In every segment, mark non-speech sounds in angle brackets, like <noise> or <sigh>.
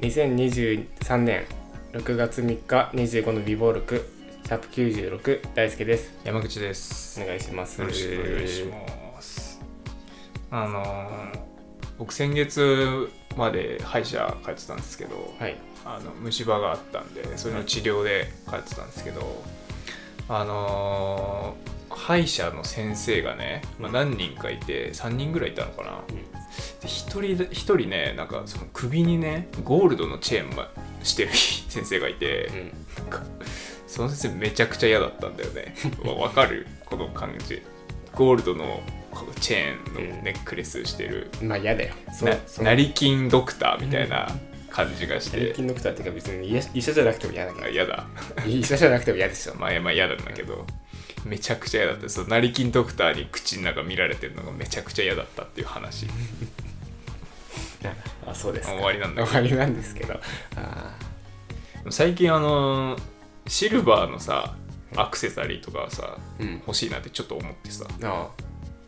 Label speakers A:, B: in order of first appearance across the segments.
A: 2023年6月3日25の美貌録シャープ96大輔です
B: 山口です
A: お願いします
B: よろしくお願いしますあのー僕先月まで歯医者通ってたんですけど、
A: はい
B: あの虫歯があったんでそれの治療で通ってたんですけど、あのー歯医者の先生がね、まあ、何人かいて3人ぐらいいたのかなで一人で一人ねなんかその首にねゴールドのチェーンましてる先生がいて、
A: うん
B: その先生めちゃくちゃ嫌だったんだよねわわかるこの感じゴールドのこのチェーンのネックレスしてる、
A: うんまあ嫌だよそ
B: な
A: うその
B: 成金ドクターみたいな感じがし
A: 平
B: て
A: 均の人はっていうか別に医者医者じゃなくても嫌だけ
B: あ嫌だ
A: ど医者じゃなくても嫌でしょ
B: まあまあ嫌なんだけどめちゃくちゃ嫌だったその成金ドクターに口の中見られてるのがめちゃくちゃ嫌だったっていう話
A: あそうですか
B: 終わりなんだけど
A: 終わりなんですけどあ
B: 最近あのーシルバーのさアクセサリーとかさ
A: ーうん
B: 欲しいなってちょっと思ってさ
A: ああ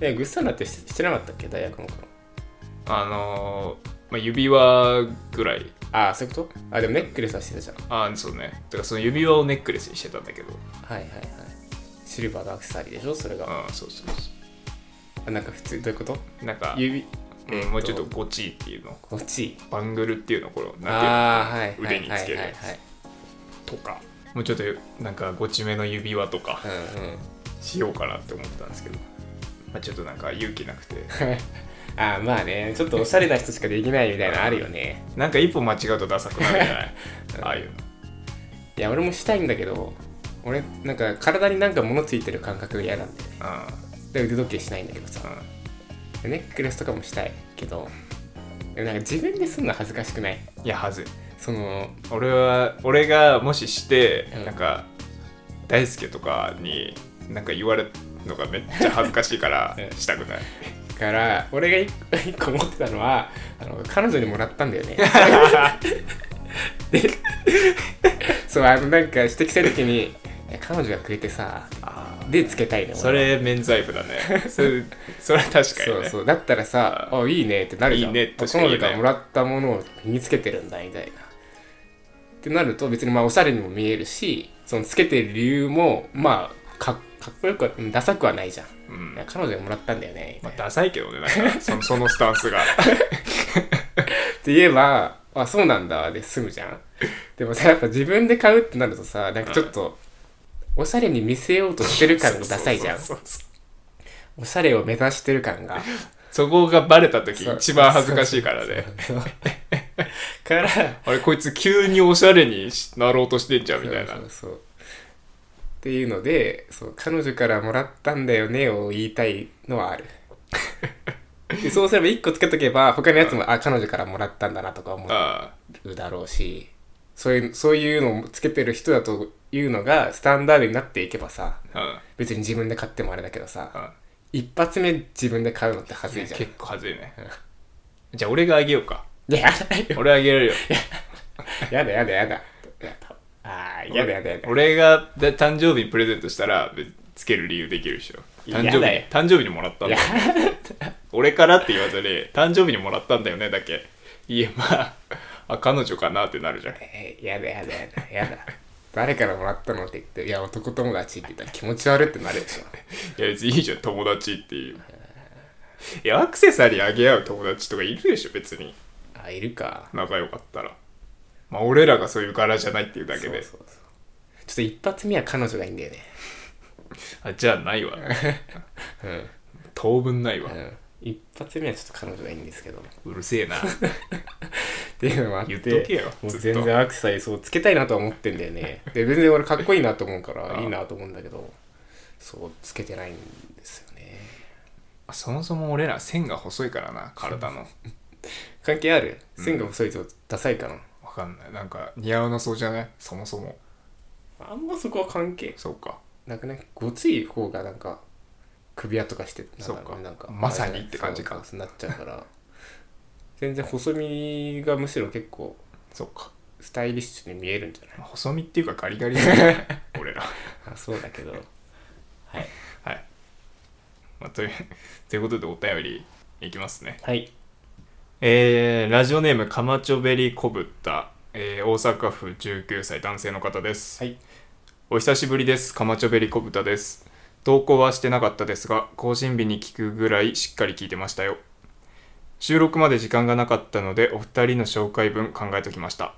A: えグッサンラってししてなかったっけ大学の頃
B: あのーまあ、指輪ぐらい
A: ああそういうことあでもネックレスはしてたじゃん
B: あそうねだからその指輪をネックレスにしてたんだけど
A: はいはいはいシルバーのアクセサリーでしょそれが
B: うんそうそうそ
A: あなんか普通どういうこと
B: うなんか、
A: 指
B: うんもうちょっとゴチっていうの
A: こっち
B: バングルっていうのこのなん
A: ああはいはい
B: 腕につけるやつていうのとかもうちょっとなんかゴチめの指輪とか
A: はいはいはいうんうん
B: しようかなって思ったんですけど、まあ、ちょっとなんか勇気なくて
A: ああまあねちょっとおしゃれな人しかできないみたいなのあるよね
B: なんか一歩間違うとダサくなるじゃないああいうの
A: いや俺もしたいんだけど俺なんか体になんか物ついてる感覚が嫌なんだよねで腕時計しないんだけどさ
B: うんうん
A: でネックレスとかもしたいけどでもなんか自分ですんの恥ずかしくない
B: いやはずい
A: その
B: 俺は俺がもしして、
A: うん
B: なんか大輔とかになんか言われるのがめっちゃ恥ずかしいから
A: <laughs> うん
B: したくない
A: から俺が一個 <laughs> 一個持ってたのはあの彼女にもらったんだよね
B: <laughs>
A: でそうあのなんか指摘した時にいや彼女がくれてさ
B: あ
A: でつけたいの俺は
B: それ免罪符だ
A: <laughs>
B: ねそれそれは確かに
A: そう
B: ね
A: そうだったらさ「あいいね」ってなるじゃん
B: いいね確か
A: 彼
B: にいい
A: 女
B: ね
A: からもらったものを身につけてるんだみたいなってなると別にまあおしゃれにも見えるしそのつけてる理由もまあかかっこよくはうんダサくはないじゃん
B: うん
A: いや彼女がもらったんだよねみたいな
B: まあ、ダサいけどねなんか
A: <laughs>
B: そのそのスタンスが
A: って言えば、あ、そうなんだで済むじゃん。でもさ、やっぱ自分で買うってなるとさ、なんかちょっと、おしゃれに見せようとしてる感がダサいじゃん。
B: そうそうそうそう
A: おしゃれを目指してる感が。
B: そこがバレた時
A: そう
B: 一番恥ずかしいからね
A: そう <laughs> から、
B: あれこいつ急におしゃれにしなろうとしてんじゃんみたいな
A: そうそうっていうので、そう、彼女からもらったんだよねを言いたいの
B: <laughs>
A: はある。でそうすれば1個つけとけば、他のやつも、あ、彼女からもらったんだなとか思う
B: あ
A: るだろうしそういうそういうのをつけてる人だというのがスタンダードになっていけばさ
B: あうん
A: 別に自分で買ってもあれだけどさ
B: うん
A: 一発目自分で買うのって恥ずいじゃんい
B: 結構恥ずいねじゃあ俺があげようか
A: ややだよ
B: 俺あげれるよ
A: <laughs> やだやだやだやだあーやだやだやだ
B: 俺がで誕生日にプレゼントしたらべつける理由できるでしょ
A: や
B: 誕生日に
A: だよ
B: 誕生日にもらったん
A: い
B: だ
A: や
B: よ俺からって言わずに誕生日にもらったんだよねだけいえまああ彼女かなってなるじゃん
A: えーやだやだやだやだ誰からもらったのって言って「いや男友達」って言ったら気持ち悪いってなる
B: <laughs>
A: でしょ
B: いや別にいいじゃん友達っていういやアクセサリーあげ合う友達とかいるでしょ別に
A: あいるか
B: 仲良かったらまあ俺らがそういう柄じゃないっていうだけ
A: そう
B: で
A: そうそうちょっと一発目は彼女がいいんだよね
B: あじゃあないわ
A: うん、
B: 当分ないわ
A: うん、一発目はちょっと彼女がいいんですけど
B: う
A: <laughs>
B: るせえな
A: っていうのもあって
B: 言っとけよ
A: もう
B: ずっと
A: 全然アクセサリーそうつけたいなとは思ってんだよ
B: <laughs>
A: ねで全然俺かっこいいなと思うから
B: ああ
A: いいなと思うんだけどそうつけてないんですよね
B: そもそも俺ら線が細いからな体の
A: 関係ある線が細いとダサいかな、
B: わかんないなんか似合わなそうじゃないそもそも
A: あんまそこは関係
B: そうか
A: なくないごつい方がなんか首輪とかしてなん
B: そうか
A: なんか
B: まさにって感じか
A: そうそうなっちゃうから全然細身がむしろ結構
B: そうか
A: スタイリッシュに見えるんじゃない
B: 細身っていうかガリガリだよ <laughs> ね俺ら
A: あそうだけどはい
B: はい、まあ、というということでお便りいきますね
A: はい
B: えーラジオネームカマチョベリコブタ、えー大阪府19歳男性の方です、
A: はい
B: お久しぶりですカマチョベリコブタです投稿はしてなかったですが更新日に聞くぐらいしっかり聞いてましたよ収録まで時間がなかったのでお二人の紹介文考えときました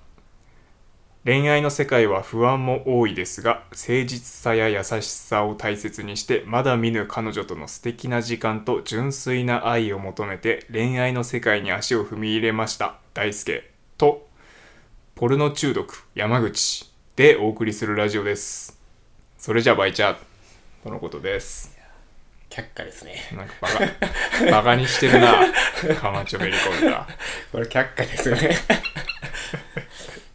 B: 恋愛の世界は不安も多いですが誠実さや優しさを大切にしてまだ見ぬ彼女との素敵な時間と純粋な愛を求めて恋愛の世界に足を踏み入れました大輔とポルノ中毒山口でお送りするラジオですそれじゃあバイチャーとのことです
A: 却下ですね。
B: なんかバ <laughs> カバカにしてるなカマチョベリコンが
A: これ却下ですよね。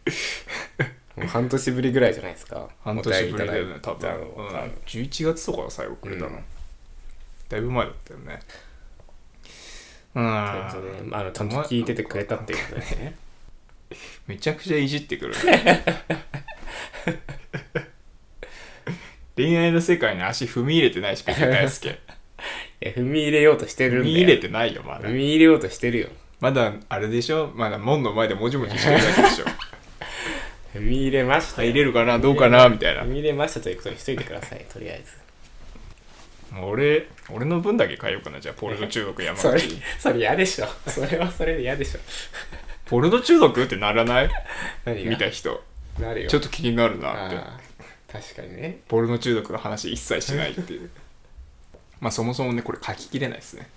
A: <laughs> もう半年ぶりぐらいじゃないですか。
B: 半年ぶりだよね多
A: お便りいただ
B: 分、う
A: いたの
B: ん、11月とかが最後くれたの、
A: うん
B: だいぶ前だったよねう
A: ということ
B: ん
A: でまああのちゃんと聞いててくれたっていうことですね。 <laughs>
B: めちゃくちゃいじってくるね <laughs> 恋愛の世界に足踏み入れて <laughs> ないしペケ大輔
A: いや踏み入れようとしてるん
B: 踏
A: で。
B: み入れてないよまだ
A: 踏み入れようとしてるよ。
B: まだあれでしょまだ門の前でもじもじしてるだけでしょ <laughs>
A: 踏み入れましたよ。
B: 入れるかなどうかなみたいな
A: 踏み入れましたということにしといてください、とりあえず。
B: もう俺俺の分だけ変えようかなじゃあポルノ中毒山 <laughs>
A: それ
B: 口、
A: それ嫌でしょ。 <laughs> それはそれで嫌でしょ。
B: ポルノ中毒ってならない
A: 何が
B: 見た人
A: なるよ。
B: ちょっと気になるなって
A: ああ確かにね。
B: ポルノ中毒の話一切しないっていう <laughs> まあそもそもねこれ書ききれないですね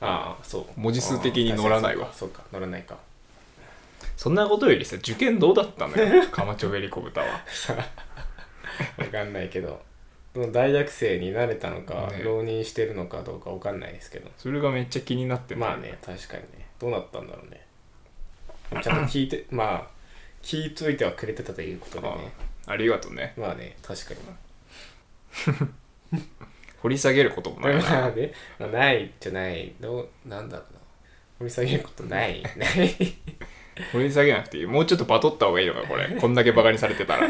A: ああ、そう。
B: 文字数的に乗らないわ
A: ああそうか、そうか乗らないか。 <laughs>
B: そんなことよりさ受験どうだったの <laughs> よカマチョベリコ豚は
A: わかんないけど。その大学生になれたのか、
B: ね
A: 浪人してるのかどうかわかんないですけど。
B: それがめっちゃ気になってんだよ
A: まあね、確かにね。どうなったんだろうね。ちゃんと聞いて、まあ、聞いといてはくれてたということで
B: あ
A: ね。
B: あありがとうね
A: まあね、確かに。
B: 掘り下げることも
A: ま
B: ない <laughs> な
A: あね、まあないじゃない、どう、なんだろうな。掘り下げることない。ない。 <laughs>
B: 掘り下げなくていいもうちょっとバトった方がいいのかこれこんだけバカにされてたら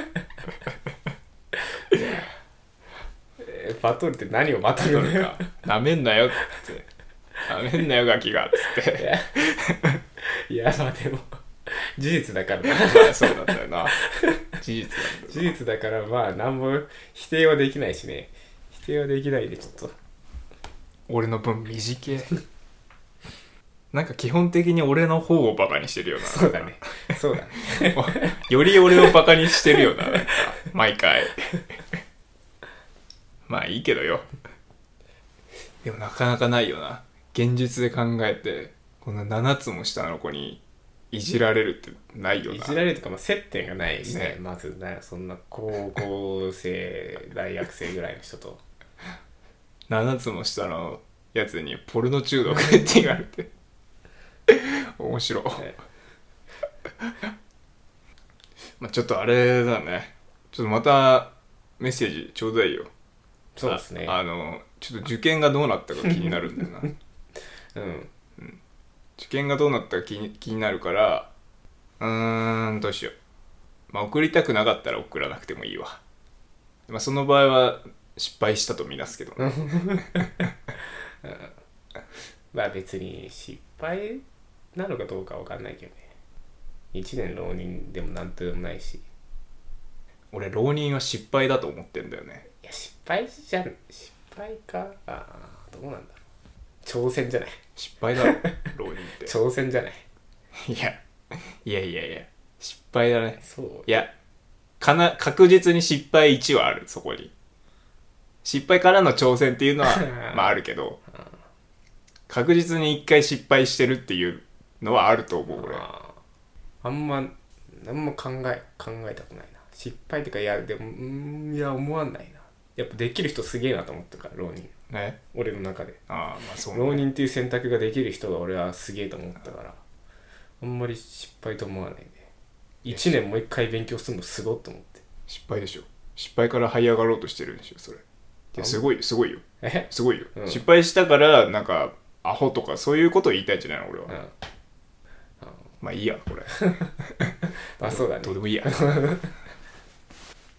A: えバトルって何をバト
B: な
A: ル
B: ん
A: か
B: <laughs> か。なめんなよっつってなめんなよガキがっつって
A: いや、まあでも、事実だからな。
B: まあそうだったよな事実なんだ
A: 事実だから、まあ、なんも否定はできないしね。否定はできないで、ちょっと。
B: 俺の分短いなんか基本的に俺の方をバカにしてるよな
A: そうだね。そうだね。
B: より俺をバカにしてるよななんか毎回まあいいけどよでもなかなかないよな現実で考えてこんな7つも下の子にいじられるってないよ
A: い
B: な
A: じられるとか、まあ、接点がないしね。
B: ね
A: まずな、そんな高校生、大学生ぐらいの人 <laughs> と。
B: 7つも下のやつにポルノ中毒って言われて面白い
A: ね
B: まあちょっとあれだねちょっとまたメッセージちょうだいよ
A: そうですね。
B: ああのちょっと受験がどうなったか気になるんだ
A: <laughs>
B: よな
A: うん。
B: 受験がどうなったか気に気になるからうーんどうしようまあ送りたくなかったら送らなくてもいいわまあその場合は失敗したとみなすけど
A: <laughs>
B: ね
A: まあ別に失敗なのかどうかわかんないけどね。一年浪人でもなんとでもないし。い
B: 俺浪人は失敗だと思ってんだよね
A: や、失敗じゃん。失敗か。ああ、どうなんだろう。挑戦じゃない。
B: 失敗だろ浪人
A: <laughs>
B: って
A: 挑戦じゃない。
B: いやいやいやいや失敗だね
A: そう。
B: いやかな確実に失敗1はあるそこに失敗からの挑戦っていう
A: <laughs>
B: のはまああるけど確実に1回失敗してるっていうのはあると思う俺
A: あああんま、なんも考え、考えたくないな。失敗ってか、いや、でも、うーん、いや、思わんないな。やっぱできる人すげえなと思ったから、浪人。
B: ね
A: 俺の中で。
B: ああまあそうね
A: 浪人っていう選択ができる人が俺はすげえと思ったからあんまり失敗と思わないね1年もう一回勉強するのすごっと思って
B: 失敗でしょ失敗から這い上がろうとしてるんでしょそれいやすごいよすごいよ
A: え <laughs>
B: すごいよ、
A: うん
B: 失敗したからなんかアホとかそういうことを言いたいんじゃないの俺は、
A: うん
B: まあいいやこれ
A: まあそうだね
B: どうでもいいや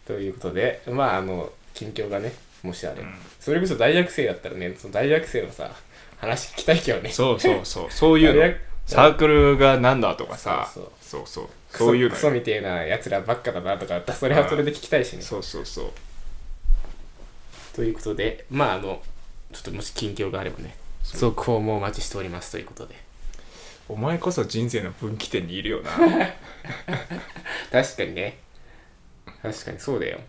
A: ということでまああの近況がねもしあれば、それこそ大学生だったらねその大学生のさ話聞きたいけどね
B: そうそうそうそういう
A: 大
B: の
A: 学
B: サークルがなんだとかさ
A: そう
B: そうそう
A: クソ
B: そういうの
A: ク
B: よ
A: ソみてえなやつらばっかだなとかだったらそれはそれで聞きたいしね
B: そうそうそう
A: ということでまああのちょっともし近況があればね
B: そう
A: 続報もお待ちしておりますということで
B: お前こそ人生の分岐点にいるよな <laughs>
A: 確かにね確かにそうだよ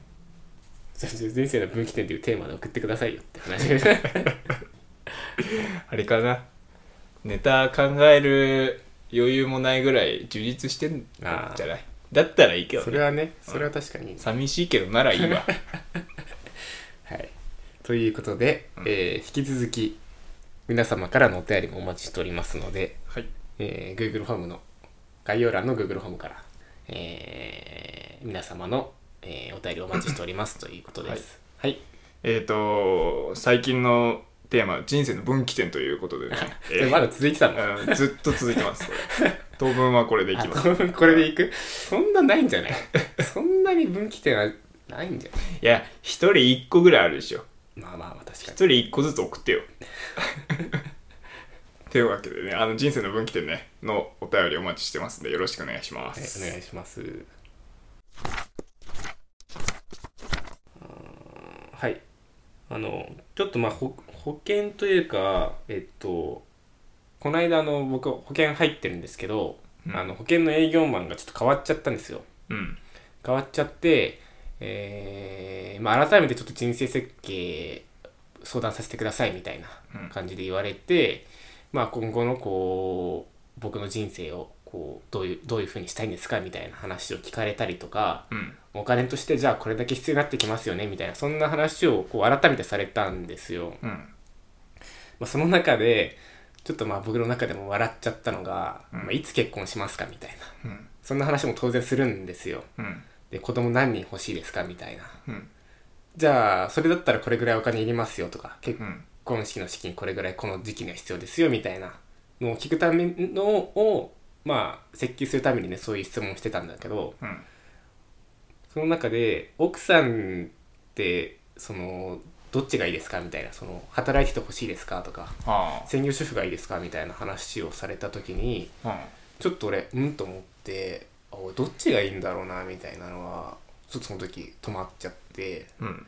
A: じゃあ人生の分岐点というテーマで送ってくださいよって話
B: あれかなネタ考える余裕もないぐらい充実してんじ
A: あ
B: ゃ
A: ー
B: ないだったらいいけど
A: そ
B: ね
A: れはねそれは確かにいい
B: 寂しいけどならいい
A: <laughs>
B: わ
A: はい、ということで、えー引き続き皆様からのお便りもお待ちしておりますので、
B: はい
A: えー Google フォームの概要欄の Google フォームから、えー皆様の、えーお便りをお待ちしておりますということです。はい、
B: えっ、と最近のテーマ人生の分岐点というこ
A: <laughs>
B: とでね、
A: そ
B: え
A: れまだ続いてたの、
B: ーうんずっと続いてますこれ
A: <laughs>
B: 当分はこれでい
A: あ
B: きます
A: とこれでいくそんなないんじゃないそんなに分岐点はないんじゃない
B: いや一人一個ぐらいあるでしょ
A: まあまあまあ確か
B: 一
A: に。
B: 人一個ずつ送ってよというわけでねあの人生の分岐点ねのお便りお待ちしてますんでよろしくお願いしま
A: はい、
B: す、
A: お願いします。うーんはい。あの、ちょっとまあ保、保険というか、えっと、この間あの、僕、保険入ってるんですけど、
B: うん
A: あの保険の営業マンがちょっと変わっちゃったんですよ。
B: うん
A: 変わっちゃって、えーまあ、改めてちょっと人生設計相談させてくださいみたいな
B: うん
A: 感じで言われて、まあ、今後のこう僕の人生をこうどういうどういうふうにしたいんですかみたいな話を聞かれたりとか
B: うん
A: お金としてじゃあこれだけ必要になってきますよねみたいなそんな話をこう改めてされたんですよ。
B: うん
A: まあ、その中でちょっとまあ僕の中でも笑っちゃったのが、
B: うん
A: まあ、いつ結婚しますかみたいな
B: うん
A: そんな話も当然するんですよ。
B: うん
A: で子供何人欲しいですかみたいな
B: うん
A: じゃあそれだったらこれぐらいお金いりますよとか結
B: うん
A: 婚式の資金これぐらいこの時期には必要ですよみたいなのを聞くためのをまあ設計するためにねそういう質問をしてたんだけど
B: うん
A: その中で奥さんってそのどっちがいいですかみたいなその働いててほしいですかとか
B: あ
A: 専業主婦がいいですかみたいな話をされた時に
B: あうん
A: ちょっと俺うんと思ってあ俺どっちがいいんだろうなみたいなのはちょっとその時止まっちゃって。
B: うん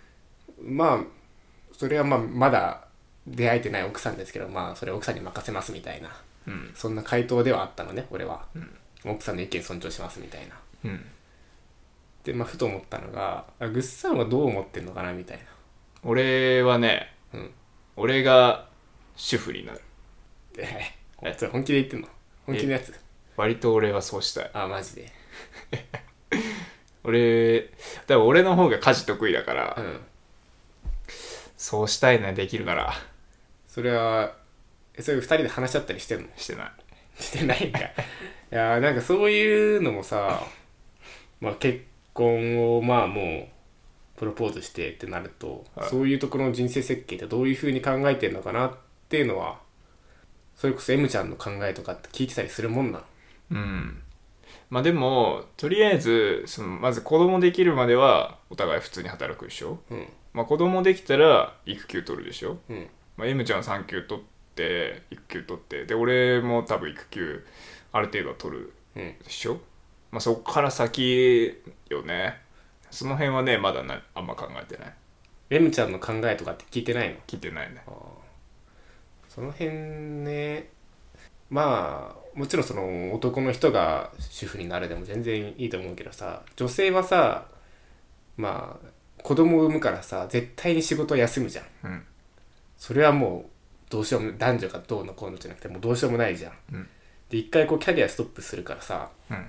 A: まあそれはまあまだ出会えてない奥さんですけどまあそれは奥さんに任せますみたいな
B: うん
A: そんな回答ではあったのね俺は、奥さんの意見尊重しますみたいな
B: うん
A: でまあふと思ったのがあぐっさんはどう思ってんのかなみたいな
B: 俺はね
A: うん
B: 俺が主婦になる
A: でそれ本気で言ってんの本気のやつ
B: 割と俺はそうしたい
A: あマジで
B: 俺多分俺の方が家事得意だから、
A: うん
B: そうしたいねできるなら
A: それはえそれ二人で話し合ったりしてんの
B: してない
A: してないんかいやーなんかそういうのもさまあ結婚をまあもうプロポーズしてってなると、
B: はい
A: そういうところの人生設計ってどういうふうに考えてるのかなっていうのはそれこそ M ちゃんの考えとかって聞いてたりするもんなの
B: うんまあでもとりあえずそのまず子供できるまではお互い普通に働くでしょ、
A: うん
B: まあ、子供できたら育休取るでしょ、
A: うん
B: まあ、M ちゃん産休取って育休取ってで俺も多分育休ある程度は取る
A: うん
B: でしょ、まあ、そこから先よねその辺はねまだなあんま考えてない
A: M ちゃんの考えとかって聞いてないの
B: 聞いてないね
A: その辺ねまあもちろんその男の人が主婦になるでも全然いいと思うけどさ女性はさまあ子供を産むからさ絶対に仕事は休むじゃん
B: うん
A: それはもうどうしようも男女がどうのこうのじゃなくてもうどうしようもないじゃん、
B: うん
A: で一回こうキャリアストップするからさ
B: うん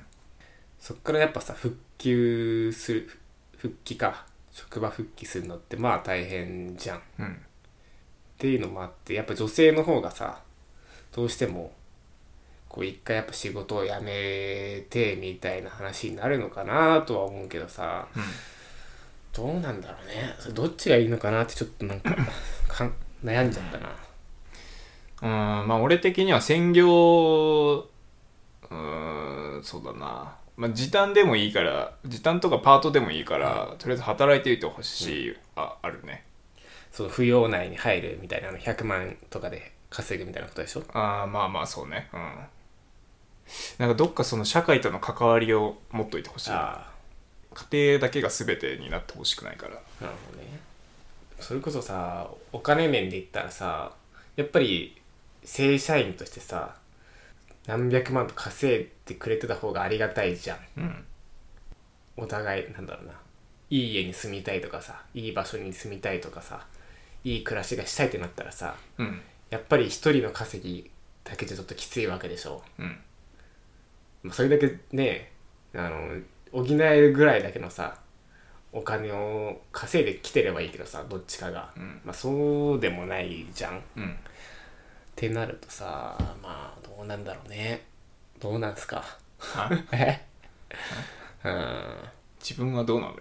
A: そっからやっぱさ復旧する復帰か職場復帰するのってまあ大変じゃん
B: うん
A: っていうのもあってやっぱ女性の方がさどうしてもこう一回やっぱ仕事を辞めてみたいな話になるのかなとは思うけどさ
B: うん
A: どうなんだろうねそれどっちがいいのかなってちょっとなんかかん悩んじゃったな
B: うんまあ俺的には専業うーんそうだな、まあ、時短でもいいから時短とかパートでもいいからとりあえず働いていてほしい、ああるね
A: その扶養内に入るみたいなあの100万とかで稼ぐみたいなことでしょ
B: あーまあまあそうねうんなんかどっかその社会との関わりを持っといてほしいな
A: あ
B: 家庭だけが全てになってほしくないから
A: あなるほどねそれこそさお金面で言ったらさやっぱり正社員としてさ何百万と稼いでくれてた方がありがたいじゃん
B: うん
A: お互いなんだろうないい家に住みたいとかさいい場所に住みたいとかさいい暮らしがしたいってなったらさ
B: うん
A: やっぱり一人の稼ぎだけじゃちょっときついわけでしょ
B: うん
A: まあそれだけねあの補えるぐらいだけのさお金を稼いできてればいいけどさどっちかが、
B: うん
A: まあそうでもないじゃんっ
B: うん
A: てなるとさまあどうなんだろうねどうなんすか <laughs>
B: あ
A: えうん
B: 自分はどうなのよ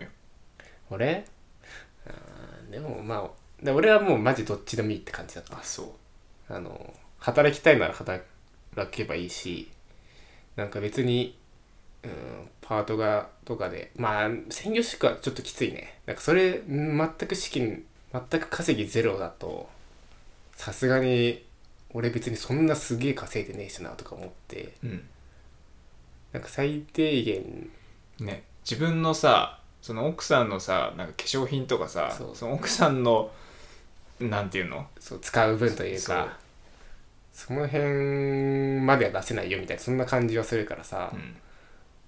A: 俺うんでもまあで俺はもうマジどっちでもいいって感じだった
B: あそ
A: あの働きたいなら働けばいいしなんか別に、うん、パートがとかでまあ専業主婦はちょっときついねなんかそれ全く資金全く稼ぎゼロだとさすがに俺別にそんなすげえ稼いでねえしなとか思って
B: ううん
A: なんか最低限
B: ね自分のさその奥さんのさなんか化粧品とかさ
A: そう
B: その奥さんのなんていうの
A: そう使う分というかその辺までは出せないよみたいなそんな感じはするからさ、
B: うん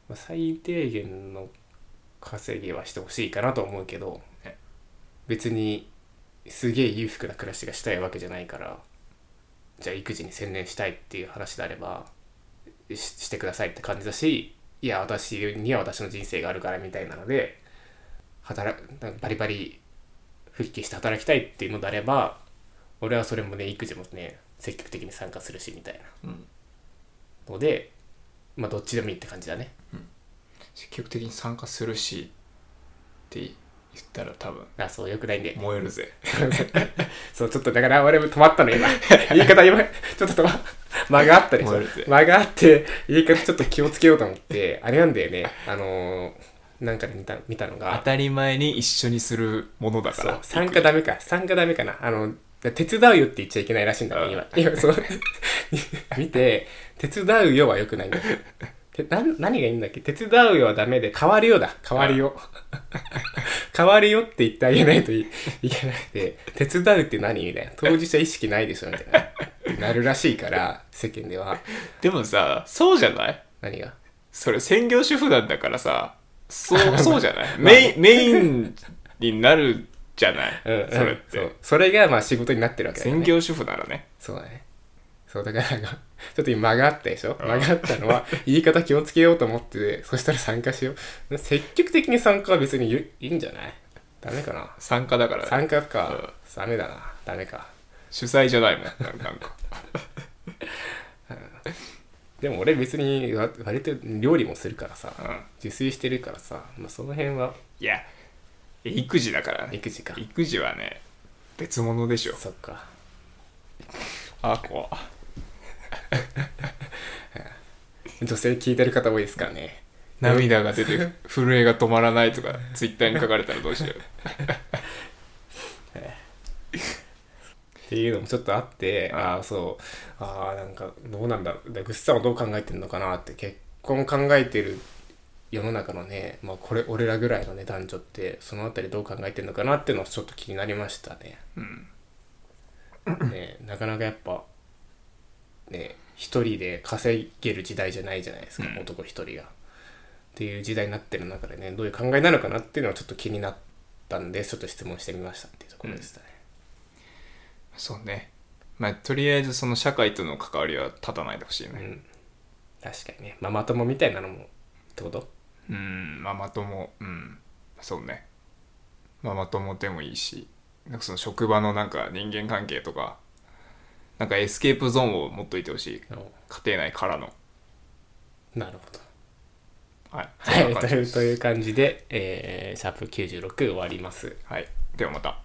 A: まあ最低限の稼ぎはしてほしいかなと思うけど、
B: ね
A: 別にすげえ裕福な暮らしがしたいわけじゃないからじゃあ育児に専念したいっていう話であればししてくださいって感じだしいや私には私の人生があるからみたいなので働くなんかバリバリ復帰して働きたいっていうのであれば俺はそれもね育児もね積極的に参加するしみたいな
B: うん
A: のでまあどっちでもいいって感じだね
B: 積極的に参加するしって言ったら多分
A: あそうよくないんで
B: 燃えるぜ
A: そう、ちょっとだから、俺も止まったの、
B: <laughs>
A: 今。言い方、今、ちょっと止ま、間があったでし
B: も
A: ょ
B: うやるぜ。
A: 間があって、言い方ちょっと気をつけようと思って、あれなんだよね、あのー、なんかで見た見たの
B: 当
A: が、
B: たり前に一緒にするものだか
A: そう
B: ら、
A: 参加ダメか、参加ダメかな。あの、手伝うよって言っちゃいけないらしいんだね、今。今、そう、 <laughs> 見て、手伝うよは良くないんだよ。てなん何がいいんだっけ手伝うよはダメで、代わるよだ、代わるよ。変わるよって言ってあげないといいけなくて、手伝うって何みたいな。当事者意識ないでしょみたいな。なるらしいから、世間では。
B: でもさそうじゃない
A: 何が
B: それ専業主婦なんだからさ
A: <laughs>
B: そうそうじゃないメインメインになるじゃない、それっ
A: そ
B: て
A: うそれがまあ仕事になってるわけだよ
B: 専
A: ね。
B: 業主婦ならね
A: そうだね。そうだからなん <laughs> か、ちょっと今間があったでしょ間があったの
B: <laughs>
A: は、言い方気をつけようと思って、そしたら参加しよう。積極的に参加は別にゆいいんじゃないダメかな
B: 参加だから、ね、
A: 参加
B: うん
A: か。ダメだな。ダメか。
B: 主催じゃないもんなんかなんか
A: でも俺別にわ割と料理もするからさ、
B: うん
A: 自炊してるからさ、まあ、その辺はい
B: や育児だからね
A: 育児か
B: 育児はね別物でしょ
A: そっか
B: あーこ
A: 女性聞いてる方多いですからね
B: 涙が出
A: <laughs>
B: て震えが止まらないとかツイッターに書かれたらどうしよう
A: っていうのもちょっとあってああそうああなんかどうなんだろうでぐっさんはどう考えてるのかなって結婚考えてる世の中のね、まあ、これ俺らぐらいのね男女ってそのあたりどう考えてるのかなっていうのはちょっと気になりましたね
B: うん
A: ねなかなかやっぱね一人で稼げる時代じゃないじゃないですか、
B: うん
A: 男一人が。っていう時代になってる中でねどういう考えなのかなっていうのはちょっと気になったんでちょっと質問してみましたっていうところでしたね。
B: そうねまあとりあえずその社会との関わりは立たないでほしい
A: うん
B: ね
A: 確かにねママ友みたいなのもってこと
B: うんママ友うんそうねママ友でもいいしなんかその職場のなんか人間関係とかなんかエスケープゾーンを持っといてほしい家庭内からの
A: なるほど。
B: はい
A: はい、
B: そん
A: と
B: な感じ
A: いうという感じで、えーシャープ96終わります。
B: はいではまた